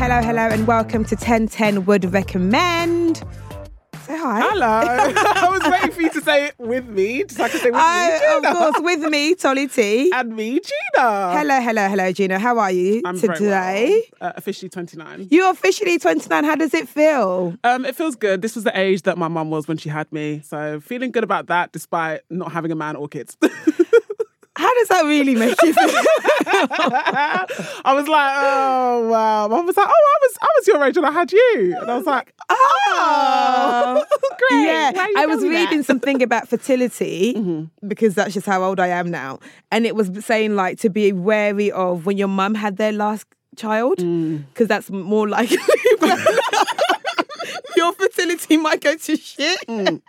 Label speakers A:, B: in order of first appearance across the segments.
A: hello, hello, and welcome to 1010 Would Recommend. Say hi.
B: Hello. I was waiting for you to say it with me, just like I say with me,
A: Oh,
B: Gina.
A: of course, with me, Tolly T.
B: And me, Gina.
A: Hello, hello, hello, Gina. How are you
B: I'm very
A: today?
B: well. Uh, officially 29.
A: You're officially 29. How does it feel?
B: Um, it feels good. This was the age that my mum was when she had me. So feeling good about that despite not having a man or kids.
A: How does that really make you feel?
B: I was like, oh wow. Mum was like, oh, I was I was your age and I had you. And I was like, Ah.
A: Oh,
B: Great.
A: Yeah,
B: Why are you
A: I was
B: telling me that? Mm-hmm.
A: reading something about fertility because that's just how old I am now, and it was saying like to be wary of when your mum had their last child
B: Mm.
A: because that's more likely your fertility might go to shit.
B: Mm,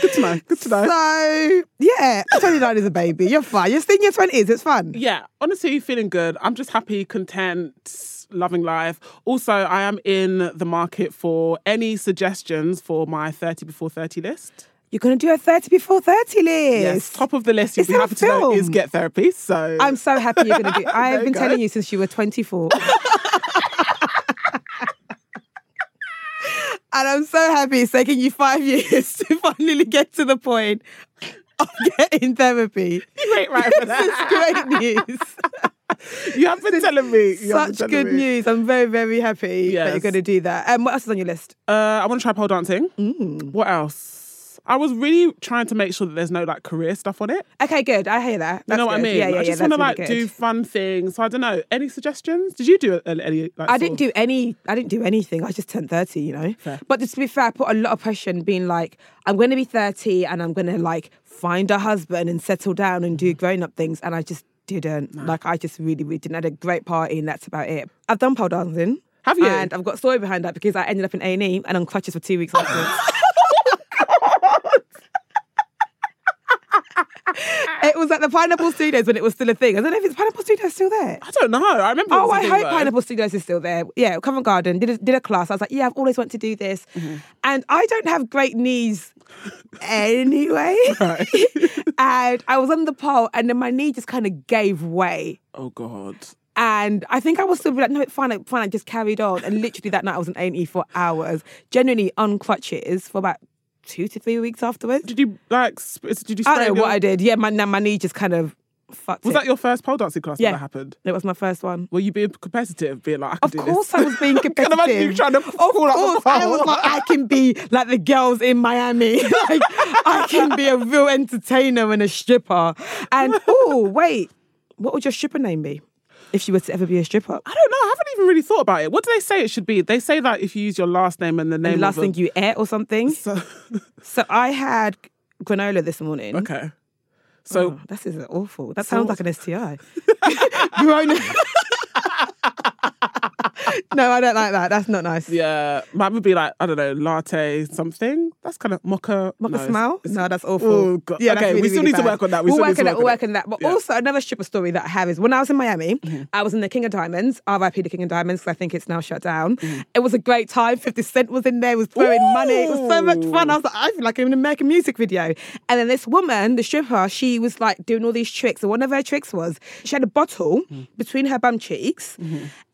B: good to know, good to know.
A: So yeah, twenty nine is a baby. You're fine. You're still in your twenties. It's fun.
B: yeah, honestly, feeling good. I'm just happy, content, loving life. Also, I am in the market for any suggestions for my 30 before 30 list.
A: You're gonna do a thirty before thirty list.
B: Top of the list, you'll
A: Is
B: be
A: that a
B: happy to know,
A: film?
B: is Get Therapy. So
A: I'm so happy you're going to do. I have
B: you
A: been
B: go.
A: telling you since you were 24. and I'm so happy it's taking you five years to finally get to the point of getting therapy.
B: great right for that.
A: It's great news.
B: You have been telling me. you have been
A: Such
B: telling
A: good
B: me.
A: news. I'm very, very happy that you're
B: Yes.
A: going to do that. And um, what else is on your list?
B: Uh, I want to try pole dancing.
A: Mm.
B: What else? I was really trying to make sure that there's no like career stuff on it.
A: Okay, good. I hear that.
B: You
A: That's
B: know what
A: good.
B: I mean?
A: Yeah, yeah,
B: I
A: yeah,
B: just
A: that's
B: want to
A: really
B: like
A: good.
B: do fun things. So I don't know. Any suggestions? Did you do uh, any? Like,
A: I
B: sort of-
A: didn't do any. I didn't do anything. I just turned thirty, you know.
B: Fair.
A: But just to be fair, I put a lot of pressure in being like, I'm going to be thirty and I'm going to like find a husband and settle down and
B: Mm-hmm.
A: do grown up things, and I just didn't. Like I just really, really didn't. I had a great party, and that's about it. I've done pole dancing.
B: Have you?
A: And I've got a story behind that because I ended up in A and E and on crutches for two weeks afterwards. It was at the Pineapple Studios when it was still a thing. I don't know if it's Pineapple Studios still there.
B: I don't know. I remember. it
A: Oh,
B: was a
A: I
B: thing,
A: hope
B: though.
A: Pineapple Studios is still there. Yeah, Covent Garden did a, did a class. I was like, yeah, I've always wanted to do this,
B: Mm-hmm.
A: and I don't have great knees anyway.
B: Right.
A: and I was on the pole, and then my knee just kind of gave way.
B: Oh God.
A: And I think I was still like, no, it's fine, like, fine. I just carried on, and literally that night I was in A&E for hours, genuinely on crutches for about two to three weeks afterwards.
B: Did you like? Sp- did you?
A: I
B: sprain
A: don't know
B: your-
A: what I did. Yeah, my my knee just kind of fucked.
B: Was
A: it.
B: that your first pole dancing class
A: Yeah.
B: when that happened?
A: It was my first one.
B: Were you being competitive, being like, I can
A: Of
B: do this?
A: course, I was being
B: Can
A: competitive.
B: I imagine you trying to
A: Of
B: fall out
A: course,
B: the
A: I was
B: pole?
A: like, I can be like the girls in Miami. like, I can be a real entertainer and a stripper. And oh, wait, what would your stripper name be if she were to ever be a stripper?
B: I don't know. I haven't even really thought about it. What do they say it should be? They say that if you use your last name and the name
A: The last
B: of
A: thing
B: a-
A: you ate or something.
B: So,
A: So I had granola this morning.
B: okay. So
A: Oh, this is awful. That
B: So-
A: sounds like an STI. Grown- no, I don't like that. That's not nice.
B: yeah, mine would be like I don't know latte something. That's kind of mocha.
A: Mocha
B: no, it's-
A: smell? No, that's awful.
B: Oh, God.
A: Yeah, that's
B: Okay, we
A: really,
B: still
A: really
B: need to
A: bad.
B: work on that. We
A: we'll
B: still need
A: work
B: to
A: on that. We'll
B: work
A: work
B: on
A: on that. But
B: Yeah. Mm-hmm.
A: also another stripper story that I have is when I was in Miami, I was in the King of Diamonds, RIP the King of Diamonds, because I think it's now shut down.
B: Mm.
A: It was a great time. 50 Cent was in there, he was throwing money. It was so much fun. I was like, I feel like I'm in an American music video. And then this woman, the stripper, she was like doing all these tricks. And one of her tricks was she had a bottle between her bum cheeks,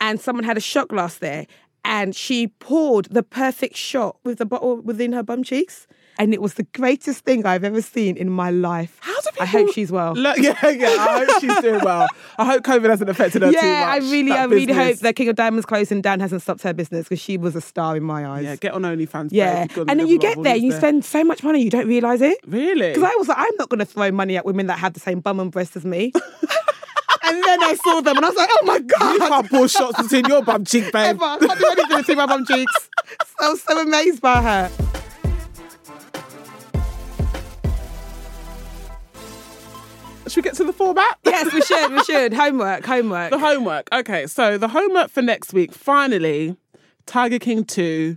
A: and someone had a shot glass there. And she poured the perfect shot with the bottle within her bum cheeks. And it was the greatest thing I've ever seen in my life.
B: How do people?
A: I hope she's well.
B: Look, yeah, yeah. I hope she's doing well. I hope COVID hasn't affected her too much.
A: yeah, I really,
B: That
A: I really
B: business.
A: hope that King of Diamonds closing down hasn't stopped her business because she was a star in my eyes.
B: Yeah, get on OnlyFans.
A: Yeah.
B: babe. You've got
A: and then
B: another
A: you
B: lot of
A: get there,
B: audience
A: you spend so much money, you don't realize it.
B: Really?
A: Because I was like, I'm not going to throw money at women that have the same bum and breast as me. and then I saw them and I was like, oh my God.
B: you can't pull shots between your bum cheek, babe.
A: Ever. I can't do anything to see my bum cheeks. So I was so amazed by her.
B: Should we get to the format?
A: Yes, we should, we should. Homework, homework.
B: The homework. Okay, so the homework for next week. Finally, Tiger King Two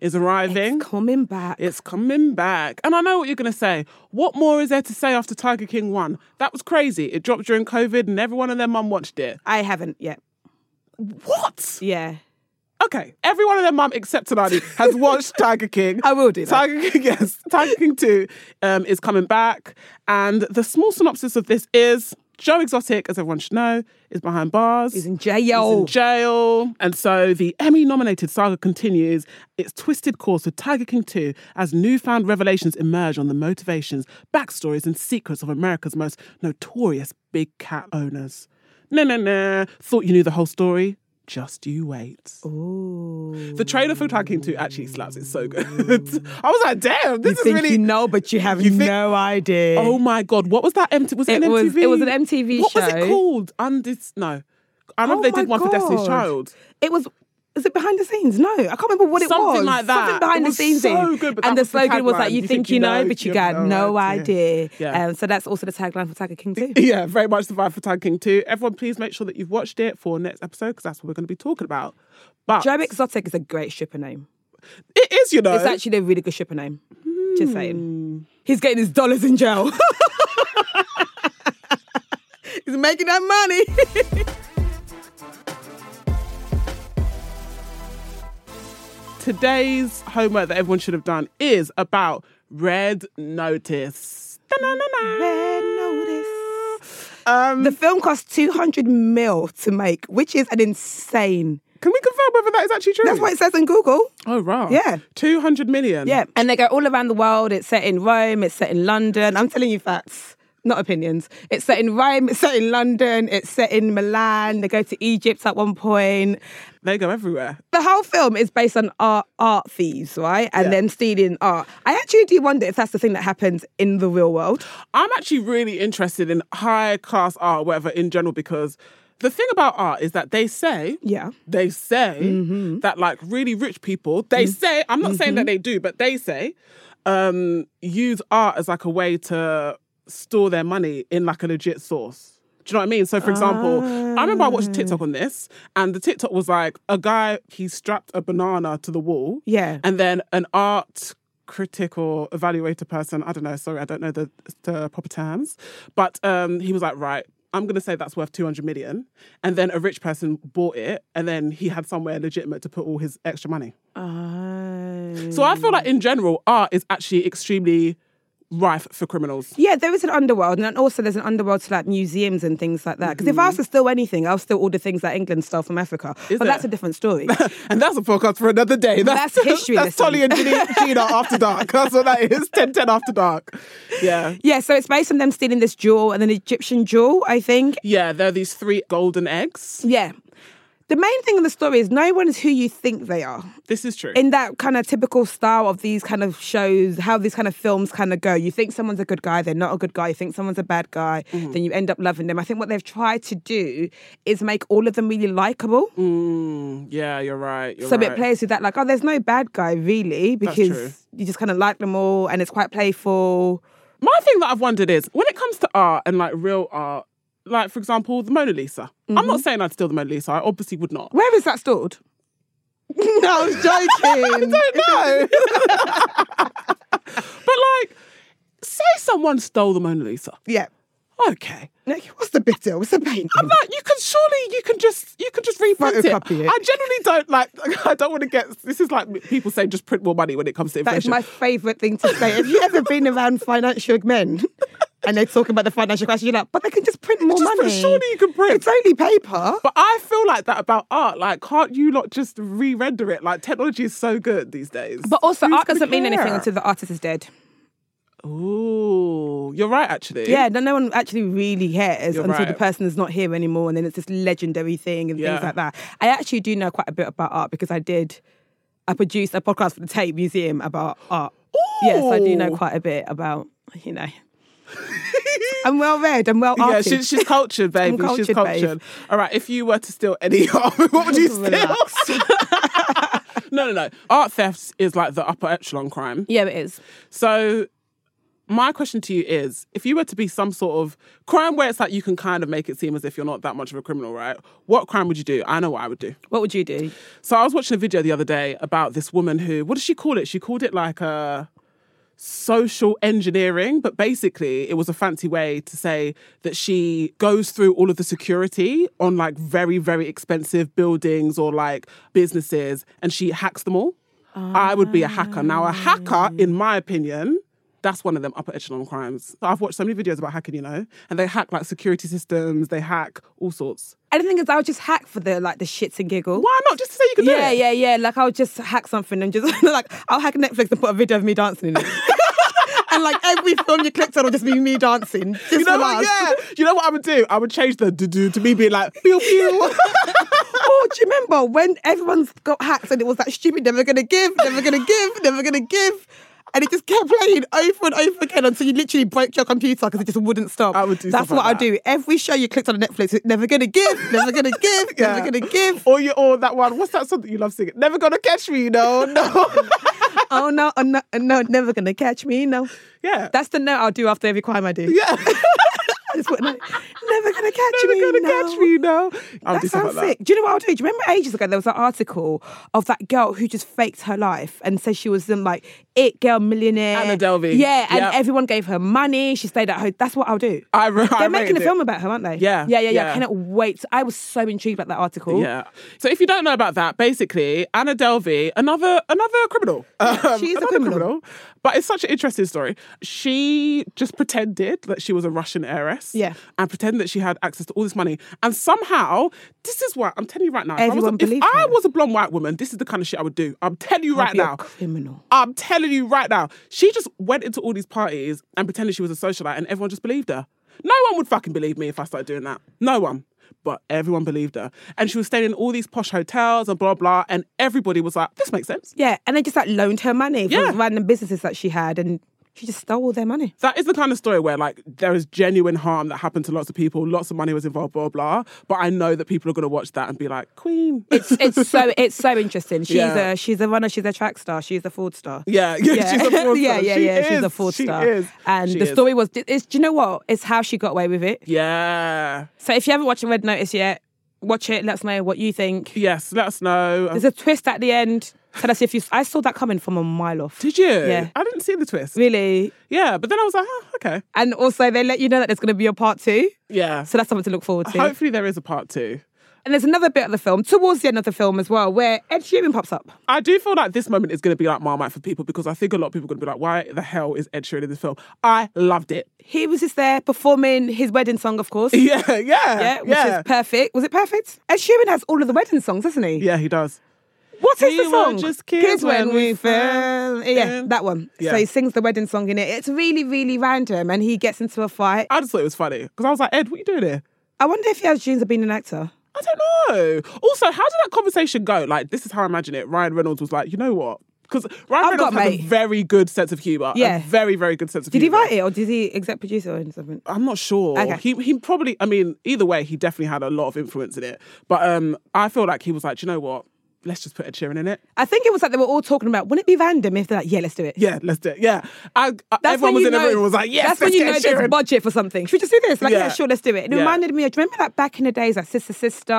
B: is arriving.
A: It's coming back.
B: It's coming back. And I know what you're going to say. What more is there to say after Tiger King 1? That was crazy. It dropped during COVID and everyone and their mum watched it.
A: I haven't yet.
B: What?
A: Yeah.
B: Okay. Everyone and their mum except Tanani has watched Tiger King.
A: I will do that.
B: Tiger King, yes. Tiger King 2 um, is coming back. And the small synopsis of this is Joe Exotic, as everyone should know, is behind bars.
A: He's in jail.
B: He's in jail. And so the Emmy nominated saga continues its twisted course with Tiger King 2 as newfound revelations emerge on the motivations, backstories, and secrets of America's most notorious big cat owners. No, no, no. Thought you knew the whole story? Just you wait.
A: Ooh.
B: The trailer for Tiger King 2 actually slaps. It's so good. I was like, damn,
A: You
B: this is
A: think
B: really.
A: you know, but you have
B: You think-
A: no idea.
B: Oh my god, what was that? MT- was it,
A: It
B: an
A: was-
B: MTV?
A: it was an MTV
B: What was
A: show.
B: it called? Undis. No, I remember
A: Oh
B: they
A: my
B: did one for Destiny's
A: God.
B: Child.
A: It was. Is it behind the scenes? No, I can't remember what it
B: Something
A: was.
B: like that.
A: Something behind
B: It
A: the
B: was
A: scenes.
B: so
A: in.
B: good, but
A: and
B: that
A: the
B: was the
A: slogan was like,
B: tagline,
A: "You think you know, but you got no idea."
B: Yeah.
A: Um, so that's also the tagline for Tiger King too.
B: Yeah, very much the vibe for Tiger King too. Everyone, please make sure that you've watched it for next episode because that's what we're going to be talking about. But
A: Joe Exotic is a great shipper name.
B: it is, you know,
A: It's actually a really good shipper name. Just
B: Hmm.
A: saying. He's getting his dollars in jail. He's making that money.
B: today's homework that everyone should have done is about Red Notice. Da-na-na-na. Um,
A: the film cost 200 mil to make, which is an insane.
B: can we confirm whether that is actually true?
A: That's what it says on Google.
B: Oh, right.
A: Yeah.
B: 200 million.
A: Yeah, and they go all around the world. It's set in Rome. It's set in London. I'm telling you facts, not opinions. It's set in Rome. It's set in London. It's set in Milan. They go to Egypt at one point.
B: They go everywhere.
A: The whole film is based on art, art thieves, right? And
B: Yeah.
A: then stealing art. I actually do wonder if that's the thing that happens in the real world.
B: I'm actually really interested in high class art, or whatever, in general, because the thing about art is that they say,
A: Yeah.
B: they say that like really rich people, they say, I'm not saying that they do, but they say, um, use art as like a way to store their money in like a legit source. Do you know what I mean? So, for example, I remember I watched TikTok on this, and the TikTok was like a guy, he strapped a banana to the wall.
A: Yeah.
B: And then an art critic or evaluator person, I don't know, sorry, I don't know the, the proper terms, but um, he was like, right, I'm going to say that's worth 200 million. And then a rich person bought it, and then he had somewhere legitimate to put all his extra money. So I feel like in general, art is actually extremely rife for criminals.
A: Yeah, there is an underworld, and then also there's an underworld to like museums and things like that. Because if I was to steal anything, I'll steal all the things that England stole from Africa. but
B: it?
A: that's a different story.
B: And that's a podcast for another day.
A: That's history,
B: That's
A: listen.
B: Tolly and Gina, Gina after dark. That's what that is. 10 10 after dark. Yeah.
A: Yeah, so it's based on them stealing this jewel and an Egyptian jewel, I think.
B: Yeah, there are these three golden eggs.
A: Yeah. The main thing in the story is no one is who you think they are.
B: This is true.
A: In that kind of typical style of these kind of shows, how these kind of films kind of go. You think someone's a good guy, they're not a good guy. You think someone's a bad guy, then you end up loving them. I think what they've tried to do is make all of them really likable.
B: Yeah, you're right. You're
A: So
B: right.
A: it plays with that, like, oh, there's no bad guy really,
B: true.
A: because you just kind of like them all and it's quite playful.
B: My thing that I've wondered is when it comes to art and like real art, like for example, the Mona Lisa. I'm
A: Mm-hmm.
B: not saying I'd steal the Mona Lisa. I obviously would not.
A: Where is that stored? no, I was joking.
B: I don't know. but like, say someone stole the Mona Lisa.
A: yeah.
B: Okay.
A: Like, what's the big deal? What's the painting?
B: I'm like, you can surely you can just you can just reprint it.
A: Photocopy it.
B: I generally don't like. I don't want to get. This is like people say just print more money when it comes to
A: That is
B: inflation.
A: my favourite thing to say. Have you ever been around financial men and they're talking about the financial crisis? You're like, but they can just print more
B: Just-
A: money.
B: surely you can print.
A: It's only paper.
B: But I feel like that about art. Like, can't you not just re-render it? Like, technology is so good these days.
A: But also,
B: Who's
A: art doesn't
B: gonna
A: mean anything
B: care?
A: until the artist is dead.
B: Ooh, you're right. Actually,
A: Yeah, no, no one actually really cares until the
B: right.
A: person is not here anymore, and then it's this legendary thing and things
B: Yeah.
A: like that. I actually do know quite a bit about art because I did, I produced a podcast for the Tate Museum about art. Yes, I do know
B: Ooh.
A: quite a bit about you know. I'm well read. I'm well
B: Yeah,
A: arted.
B: she, she's cultured, baby. she's
A: cultured, babe.
B: cultured. All right, if you were to steal any art, what would you steal?
A: Relax.
B: no, no, no. Art theft is like the upper echelon crime.
A: yeah, it is.
B: So, my question to you is if you were to be some sort of crime where it's like you can kind of make it seem as if you're not that much of a criminal, right? What crime would you do? I know what I would do.
A: What would you do?
B: So I was watching a video the other day about this woman who, what does she call it? She called it like a social engineering, but basically it was a fancy way to say that she goes through all of the security on like very, very expensive buildings or like businesses and she hacks them all. I would be a hacker. Now, a hacker, in my opinion, That's one of them upper echelon crimes. I've watched so many videos about hacking, you know, and they hack like security systems, they hack all sorts.
A: And the thing is, I would just hack for the like the shits and giggles.
B: Why not just to say you can do
A: Yeah,
B: it?
A: yeah, yeah. Like I'll just hack something and just like I'll hack Netflix and put a video of me dancing in it. and like every film you clicked on will just be me dancing. Just
B: You know
A: for
B: what?
A: laughs.
B: Yeah. You know what I would do? I would change the do do to me being like pew pew.
A: Oh, do you remember when everyone's got hacked and it was that stupid never gonna give, never gonna give, never gonna give? And it just kept playing over and over again until you literally broke your computer because it just wouldn't stop.
B: I would do
A: That's
B: stuff
A: what
B: like
A: I do. Every show you clicked on Netflix, it's never gonna give, never gonna give,
B: Yeah.
A: never gonna give.
B: Or you or that one. What's that song that you love singing? Never gonna catch me, you know. No.
A: Oh no, oh, no, oh, no, never gonna catch me. No,
B: yeah.
A: that's the note I'll do after every crime I do.
B: yeah.
A: It's what- never gonna catch
B: Never
A: me.
B: gonna
A: no.
B: catch me, you know. I would
A: That
B: do stuff
A: sounds
B: like that.
A: sick. Do you know what I'll do? Do you remember ages ago there was an article of that girl who just faked her life and said she was some like it girl millionaire.
B: Anna Delvey.
A: Yeah, and
B: Yep.
A: everyone gave her money. She stayed at home. That's what I'll do.
B: I, re- I
A: They're making
B: rated
A: a
B: it.
A: film about her, aren't they?
B: Yeah,
A: Yeah, yeah, yeah.
B: yeah.
A: I cannot wait. I was so intrigued about that article.
B: Yeah. So if you don't know about that, basically Anna Delvey, another another criminal. Um,
A: she is a
B: another
A: criminal.
B: But it's such an interesting story. She just pretended that she was a Russian heiress.
A: Yeah.
B: And pretended that she had access to all this money. And somehow, this is what I'm telling you right now. if I was a-
A: Everyone
B: if
A: believed
B: I
A: her.
B: was a blonde white woman, this is the kind of shit I would do. I'm telling you
A: I'll
B: right
A: be a
B: now.
A: criminal.
B: I'm telling you right now. She just went into all these parties and pretended she was a socialite, and everyone just believed her. No one would fucking believe me if I started doing that. No one. But everyone believed her. And she was staying in all these posh hotels and blah, blah. And everybody was like, this makes sense.
A: Yeah, and they just like loaned her money
B: Yeah.
A: from random businesses that she had, and she just stole all their money.
B: That is the kind of story where, like, there is genuine harm that happened to lots of people. Lots of money was involved, blah, blah. But I know that people are going to watch that and be like, Queen.
A: It's it's so it's so interesting. She's
B: Yeah.
A: a she's a runner. She's a track star. She's a Ford star.
B: yeah, yeah, she's a fraudster.
A: yeah, yeah,
B: She
A: yeah. She's a
B: is.
A: Ford
B: She
A: star.
B: is.
A: And
B: She
A: the
B: is.
A: story was, it's, do you know what? It's how she got away with it.
B: Yeah.
A: So if you haven't watched Red Notice yet, watch it. Let us know what you think.
B: Yes, let us know.
A: There's a twist at the end. Tell us if you. I saw that coming from a mile off.
B: Did you?
A: Yeah.
B: I didn't see the twist.
A: Really?
B: Yeah, but then I was like, huh, okay.
A: And also, they let you know that there's going to be a part two.
B: Yeah.
A: So that's something to look forward to.
B: Hopefully there is a part two.
A: and there's another bit of the film, towards the end of the film as well, where Ed Sheeran pops up.
B: I do feel like this moment is going to be like Marmite for people because I think a lot of people are going to be like, why the hell is Ed Sheeran in this film? I loved it.
A: He was just there performing his wedding song, of course.
B: Yeah, yeah,
A: Yeah,
B: yeah.
A: which is perfect. Was it perfect? Ed Sheeran has all of the wedding songs, doesn't he?
B: yeah, he does.
A: What is
B: We
A: the
B: were
A: song?
B: just kids when we fell
A: Yeah,
B: in.
A: that one.
B: Yeah.
A: So he sings the wedding song in it. It's really, really random, and he gets into a fight.
B: I just thought it was funny because I was like, Ed, what are you doing here?
A: I wonder if he has dreams of being an actor.
B: I don't know. Also, how did that conversation go? Like, this is how I imagine it. Ryan Reynolds was like, you know what? Because Ryan
A: I've
B: Reynolds
A: got
B: has a
A: mate.
B: very good sense of humor.
A: Yeah.
B: A very, very good sense of
A: Did he
B: humor.
A: write it, or did he exec produce it or something?
B: I'm not sure.
A: Okay.
B: He he probably I mean, either way, he definitely had a lot of influence in it. But um I feel like he was like, "Do you know what? Let's just put Ed Sheeran in it.
A: I think it was like they were all talking about. Wouldn't it be random if they're like, yeah, let's do it?
B: Yeah, let's do it. Yeah. I, I-
A: when
B: everyone was
A: you
B: in the
A: know-
B: room and was like, yes,
A: that's
B: let's
A: when you
B: get
A: know
B: Ed
A: there's
B: Sheeran.
A: budget for something. Should we just do this? Like, yeah,
B: Yeah.
A: sure, let's do it. And it
B: Yeah.
A: reminded me of, do you remember like back in the days, like Sister Sister,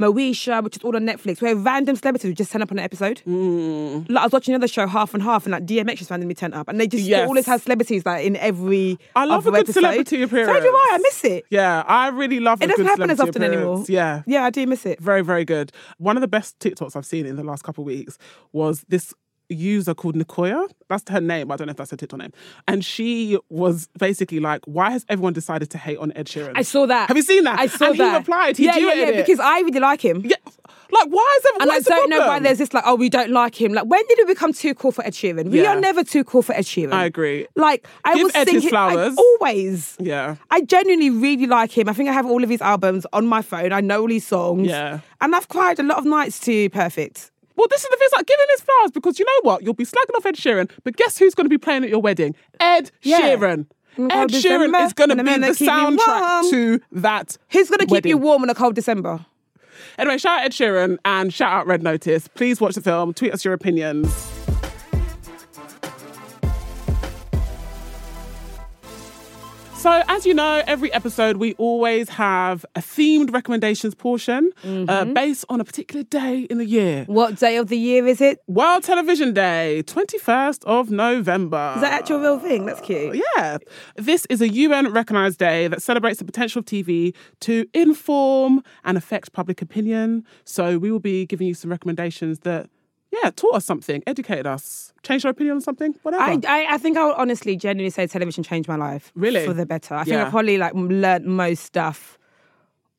A: Moesha, which is all on Netflix, where random celebrities would just turn up on an episode?
B: Mm.
A: Like, I was watching another show, Half and Half, and like DMX just randomly turned up. And they just
B: Yes.
A: always have celebrities like in every.
B: I love
A: other
B: a good
A: episode.
B: celebrity appearance.
A: So do I, I miss it.
B: Yeah, I really love
A: It doesn't
B: good
A: happen as
B: celebrity
A: often anymore.
B: appearance. Yeah.
A: Yeah, I do miss it.
B: Very, very good. One of the best TikToks I've seen in the last couple of weeks was this user called Nikoya. That's her name. I don't know if that's her TikTok name. And she was basically like, why has everyone decided to hate on Ed Sheeran?
A: I saw that.
B: Have you seen that?
A: I saw
B: and
A: that.
B: He replied. He
A: yeah, yeah,
B: duetted
A: yeah,
B: it.
A: because I really like him.
B: Yeah. Like, why is everyone?
A: And I
B: what's the
A: don't know why
B: problem?
A: there's this like, oh, we don't like him. Like, when did we become too cool for Ed Sheeran? We
B: Yeah.
A: are never too cool for Ed Sheeran.
B: I agree.
A: Like, I
B: Give
A: was
B: Ed his
A: thinking, I-
B: flowers.
A: always.
B: Yeah.
A: I genuinely really like him. I think I have all of his albums on my phone. I know all his songs.
B: Yeah.
A: And I've cried a lot of nights to Perfect.
B: Well, this is the thing. It's like giving his flowers because you know what? You'll be slagging off Ed Sheeran, but guess who's going to be playing at your wedding? Ed
A: Yeah.
B: Sheeran.
A: In
B: Ed
A: cold
B: Sheeran
A: December,
B: is going to
A: when the
B: be
A: men
B: the
A: that keep me
B: soundtrack
A: warm.
B: to that.
A: Who's going to keep you
B: wedding.
A: warm on a cold December?
B: Anyway, shout out Ed Sheeran and shout out Red Notice. Please watch the film. Tweet us your opinions. So, as you know, every episode we always have a themed recommendations portion uh,
A: Mm-hmm.
B: based on a particular day in the year.
A: What day of the year is it? Is
B: World Television Day, 21st of November.
A: that actual real thing? That's cute.
B: Yeah. This is a UN recognized day that celebrates the potential of TV to inform and affect public opinion. So we will be giving you some recommendations that yeah, taught us something, educated us, changed our opinion on something, whatever.
A: I, I, I think I would honestly genuinely say television changed my life.
B: Really?
A: For the better. I think
B: Yeah.
A: I probably like learnt most stuff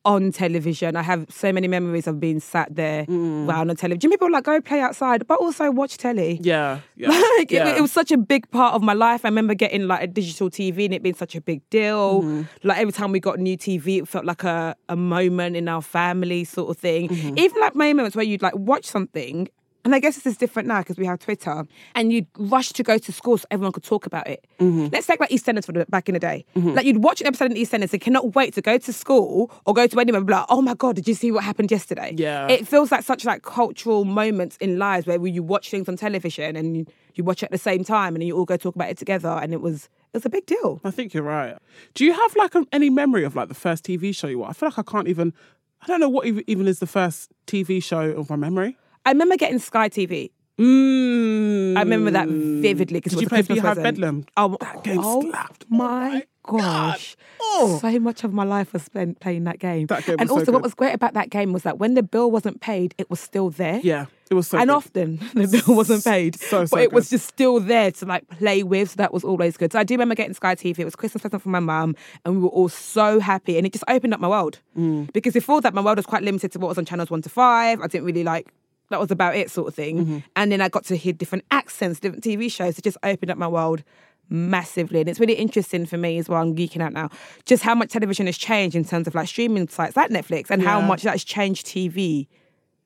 A: on television. I have so many memories of being sat there
B: Mm.
A: round the television. People would, like go play outside, but also watch telly.
B: yeah, yeah.
A: Like it-
B: yeah.
A: it, was such a big part of my life. I remember getting like a digital TV and it being such a big deal.
B: Mm-hmm.
A: Like every time we got new TV, it felt like a, a moment in our family sort of thing.
B: Mm-hmm.
A: Even like moments where you'd like watch something. And I guess this is different now because we have Twitter, and you'd rush to go to school so everyone could talk about it.
B: Mm-hmm.
A: Let's take like EastEnders for the, back in the day. Like you'd watch an episode in EastEnders and cannot wait to go to school or go to anywhere. And be like, oh my god, did you see what happened yesterday?
B: Yeah.
A: It feels like such like cultural moments in lives where you watch things on television and you, you watch it at the same time and then you all go talk about it together and it was it was a big deal.
B: I think you're right. Do you have like a, any memory of like the first TV show you watched? I feel like I can't even. I don't know what ev- even is the first TV show of my memory.
A: I remember getting Sky TV.
B: Mm.
A: I remember that vividly because
B: Did
A: was
B: you
A: a
B: play
A: Christmas
B: Beehive
A: present.
B: Bedlam?
A: Oh,
B: That game
A: oh
B: slapped. Oh
A: My gosh.
B: Oh.
A: So much of my life was spent playing that game.
B: That game
A: and
B: was so
A: also, what
B: good.
A: was great about that game was that when the bill wasn't paid, it was still there.
B: Yeah, it was so.
A: and
B: good.
A: often the bill wasn't paid,
B: so, so
A: but it was
B: good.
A: just still there to like play with. So that was always good. So I do remember getting Sky TV. It was Christmas present from my mum, and we were all so happy. And it just opened up my world
B: Mm.
A: because before that, my world was quite limited to what was on channels one to five. I didn't really like. That was about it, sort of thing.
B: Mm-hmm.
A: And then I got to hear different accents, different TV shows. It just opened up my world massively. And it's really interesting for me as well. I'm geeking out now. Just how much television has changed in terms of like streaming sites like Netflix and how
B: Yeah.
A: much that's changed TV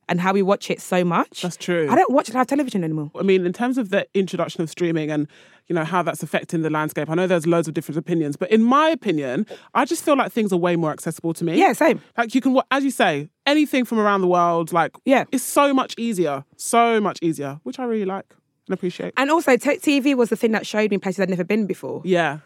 A: and how we watch it so much.
B: That's true.
A: I don't watch live television anymore.
B: I mean, in terms of the introduction of streaming and you know how that's affecting the landscape, I know there's loads of different opinions, but in my opinion, I just feel like things are way more accessible to me.
A: Yeah, same.
B: Like you can, wa- as you say, anything from around the world. Like,
A: Yeah.
B: it's so much easier, so much easier, which I really like and appreciate.
A: And also, t- TV was the thing that showed me places I'd never been before.
B: yeah,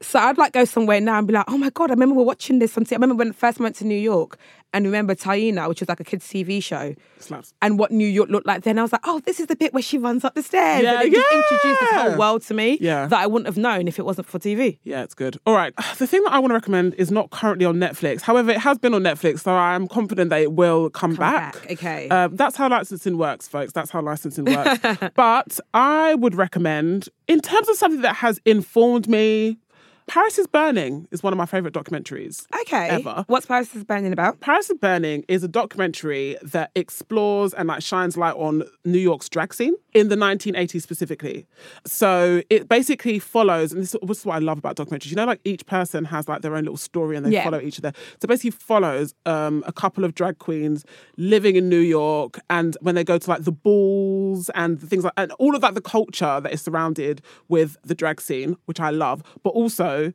A: So I'd like go somewhere now and be like, oh my god, I remember we're watching this on TV. I remember when I first went to New York and remember Taina, which was like a kids' TV show,
B: slaps.
A: and what New York looked like then. I was like, oh, this is the bit where she runs up the stairs.
B: Yeah,
A: and it just
B: yeah.
A: introduced this whole world to me
B: Yeah.
A: that I wouldn't have known if it wasn't for TV.
B: Yeah, it's good. All right. The thing that I want to recommend is not currently on Netflix. However, it has been on Netflix, so I'm confident that it will come,
A: back, okay.
B: Um, that's how licensing works, folks. That's how licensing works. but I would recommend, in terms of something that has informed me, Paris is Burning is one of my favorite documentaries.
A: Okay.
B: Ever.
A: What's Paris is burning about?
B: Paris is Burning is a documentary that explores and like shines light on New York's drag scene in the 1980s specifically. So it basically follows, and this, this is what I love about documentaries. You know, like each person has like their own little story and they
A: Yeah.
B: follow each other. So basically follows um, a couple of drag queens living in New York and when they go to like the balls and things like, and all of like the culture that is surrounded with the drag scene, which I love, but also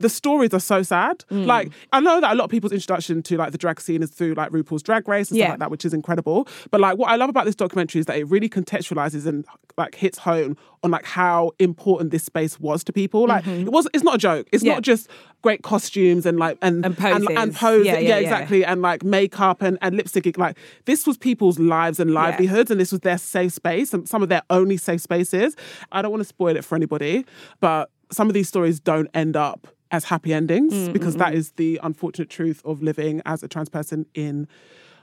B: the stories are so sad.
A: Mm.
B: Like I know that a lot of people's introduction to like the drag scene is through like RuPaul's Drag Race and
A: Yeah.
B: stuff like that, which is incredible. But like what I love about this documentary is that it really contextualizes and like hits home on like how important this space was to people. Like it was, it's not a joke. It's
A: Mm-hmm. Yeah.
B: not just great costumes and like and
A: And
B: and,
A: poses.
B: pose.
A: Yeah,
B: Yeah,
A: yeah, yeah.
B: exactly. And like makeup and and lipstick. Like this was people's lives and livelihoods, and this was their safe space and some of their only safe spaces. I don't want to spoil it for anybody, but some of these stories don't end up as happy endings
A: Mm,
B: because that is the unfortunate truth of living as a trans person in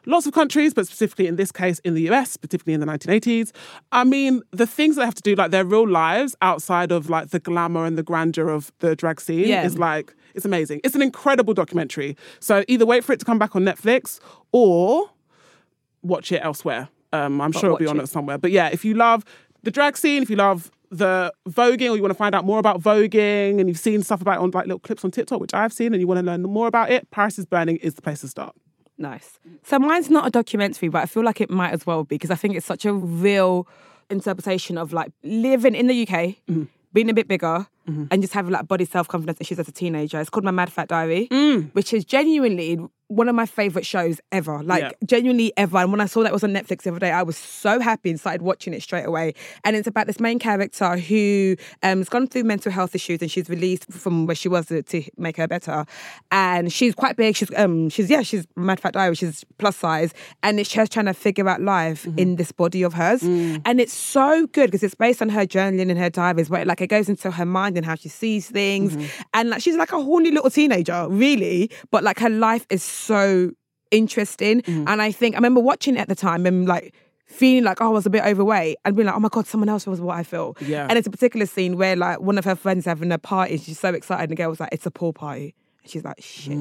B: lots of countries, but specifically in this case in the US, particularly in the 1980s. I mean, the things they have to do, like their real lives outside of like the glamour and the grandeur of the drag scene,
A: Yeah.
B: is like it's amazing. It's an incredible documentary. So either wait for it to come back on Netflix or watch it elsewhere. Um, I'm sure it'll be
A: watch
B: on
A: it.
B: it somewhere. But yeah, if you love the drag scene, if you love the voguing or you want to find out more about voguing and you've seen stuff about it on like little clips on TikTok, which I've seen, and you want to learn more about it, Paris is Burning is the place to start.
A: Nice. So mine's not a documentary, but I feel like it might as well be because I think it's such a real interpretation of like living in the UK, being a bit bigger, and just having like body self confidence issues as a teenager. It's called My Mad Fat Diary, which is genuinely one of my favorite shows ever. Like
B: Yeah.
A: genuinely ever. And when I saw that it was on Netflix the other day, I was so happy and started watching it straight away. And it's about this main character who um, has gone through mental health issues and she's released from where she was to, to make her better. And she's quite big. She's um she's yeah she's mad fat diary. She's plus size, and it's just trying to figure out life in this body of hers. And it's so good because it's based on her journaling and her diaries, where it, like it goes into her mind and how she sees things. And like she's like a horny little teenager, really, but like her life is so interesting. And I think I remember watching it at the time and like feeling like oh, I was a bit overweight and being like, oh my god, someone else feels what I feel.
B: Yeah.
A: And it's a particular scene where like one of her friends having a party, and she's so excited, and the girl was like, it's a pool party. And she's like, shit.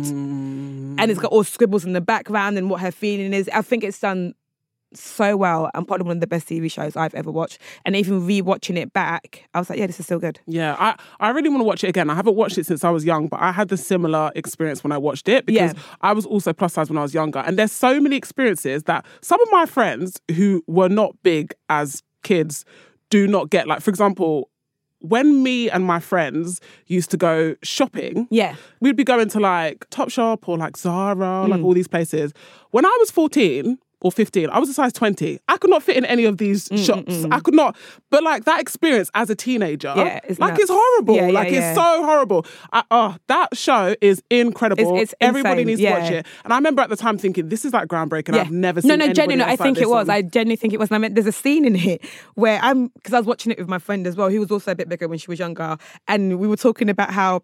A: And it's got all scribbles in the background and what her feeling is. I think it's done so well and probably one of the best TV shows I've ever watched. And even rewatching it back, I was like, yeah, this is still good.
B: Yeah, I, I really want to watch it again. I haven't watched it since I was young, but I had the similar experience when I watched it because
A: Yeah.
B: I was also plus size when I was younger. And there's so many experiences that some of my friends who were not big as kids do not get. Like, for example, when me and my friends used to go shopping,
A: Yeah.
B: we'd be going to like Topshop or like Zara, like
A: Hmm.
B: all these places. When I was 14 or 15, I was a size 20. I could not fit in any of these
A: Mm,
B: shops. I could not. But like that experience as a teenager,
A: Yeah, it's
B: like
A: nuts.
B: it's horrible.
A: Yeah, yeah,
B: like
A: yeah.
B: it's so horrible. I, oh, that show is incredible.
A: It's- it's
B: Everybody
A: insane,
B: needs
A: yeah.
B: to watch it. And I remember at the time thinking, this is like groundbreaking. I've never seen
A: No, no,
B: anybody
A: genuinely, I
B: else like
A: think
B: this
A: it was.
B: on-
A: I genuinely think it was. And I meant there's a scene in it where I'm because I was watching it with my friend as well, who was also a bit bigger when she was younger, and we were talking about how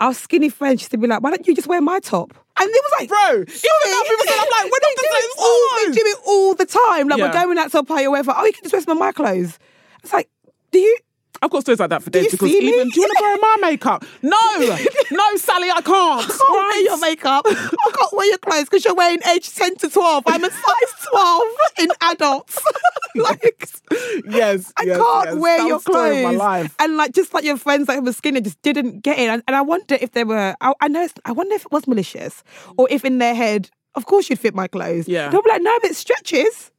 A: our skinny friend used to be like, "Why don't you just wear my top?" And it was like,
B: Bro, even now people say, I'm like, we're not
A: They
B: the
A: do
B: same
A: it all- They
B: size.
A: do it all the time. Like
B: Yeah.
A: we're going out to a party or whatever. Oh, you can just wear some of my clothes. It's like, do you?
B: I've got stories like that for days
A: you
B: because
A: see me?
B: even do you want to borrow my makeup? No, no, Sally, I can't.
A: I can't wear your makeup. I can't wear your clothes because you're wearing age 10 to 12. I'm a size 12 in adults. like,
B: yes,
A: I
B: yes,
A: can't
B: yes.
A: wear
B: That
A: your
B: was the story
A: clothes.
B: of My life.
A: And like just like your friends that were skinny just didn't get it. And, and I wonder if they were I, I know it's, I wonder if it was malicious or if in their head, of course you'd fit my clothes.
B: Yeah.
A: They'll be like, no, but it stretches.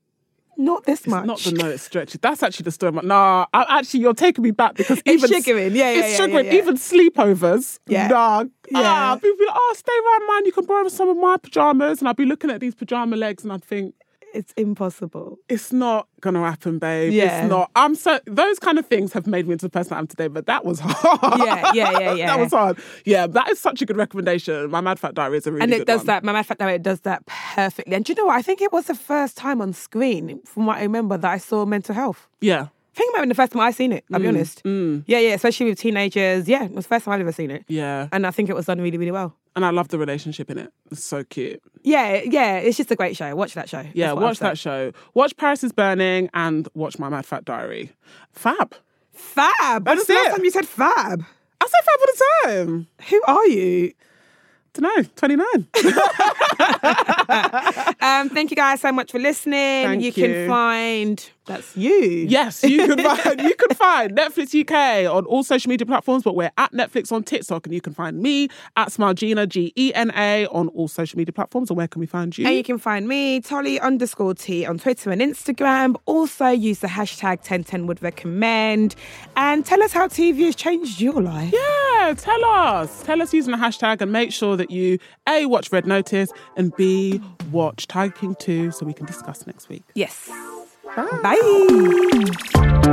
A: Not this much.
B: Not the no, it's stretchy. That's actually the story. of My, nah, I, actually, you're taking me back because
A: It's
B: even
A: triggering. Yeah, yeah,
B: it's
A: yeah, yeah,
B: triggering.
A: yeah.
B: Even sleepovers.
A: Yeah.
B: nah,
A: Yeah.
B: ah, people be like, oh, stay right, man. You can borrow some of my pajamas, and I'd be looking at these pajama legs, and I'd think.
A: It's impossible.
B: It's not gonna happen, babe.
A: Yeah.
B: It's not. I'm so those kind of things have made me into the person I am today, but that was hard.
A: Yeah, yeah, yeah, yeah.
B: that was hard. Yeah, that is such a good recommendation. My Mad Fat Diary is a really
A: and
B: good
A: it does
B: one.
A: that. Matter of fact, no, it does that perfectly. And do you know what? I think it was the first time on screen, from what I remember, that I saw mental health.
B: Yeah.
A: I think it might have been the first time I've seen it, I'll
B: Mm,
A: be honest. Yeah, yeah, especially with teenagers. Yeah, it was the first time I've ever seen it.
B: Yeah.
A: And I think it was done really, really well.
B: And I love the relationship in it. It's so cute.
A: Yeah, yeah, it's just a great show. Watch that show.
B: Yeah, watch that show. Watch Paris is Burning and watch My Mad Fat Diary. Fab.
A: Fab. When was
B: That's
A: the last
B: it.
A: time you said fab?
B: I say fab all the time.
A: Who are you?
B: Dunno, 29.
A: Um, thank you guys so much for listening.
B: Thank
A: can
B: you.
A: find that's you.
B: yes, you can find you can find Netflix UK on all social media platforms, but we're at Netflix on TikTok and you can find me at Smilegina G E N A on all social media platforms. And where can we find you?
A: And you can find me, Tolly underscore T, on Twitter and Instagram. Also, use the hashtag 1010 would recommend. And tell us how TV has changed your life.
B: yeah, tell us. Tell us using the hashtag and make sure that you A watch Red Notice and B watch Tiger King 2 so we can discuss next week.
A: Yes. Bye.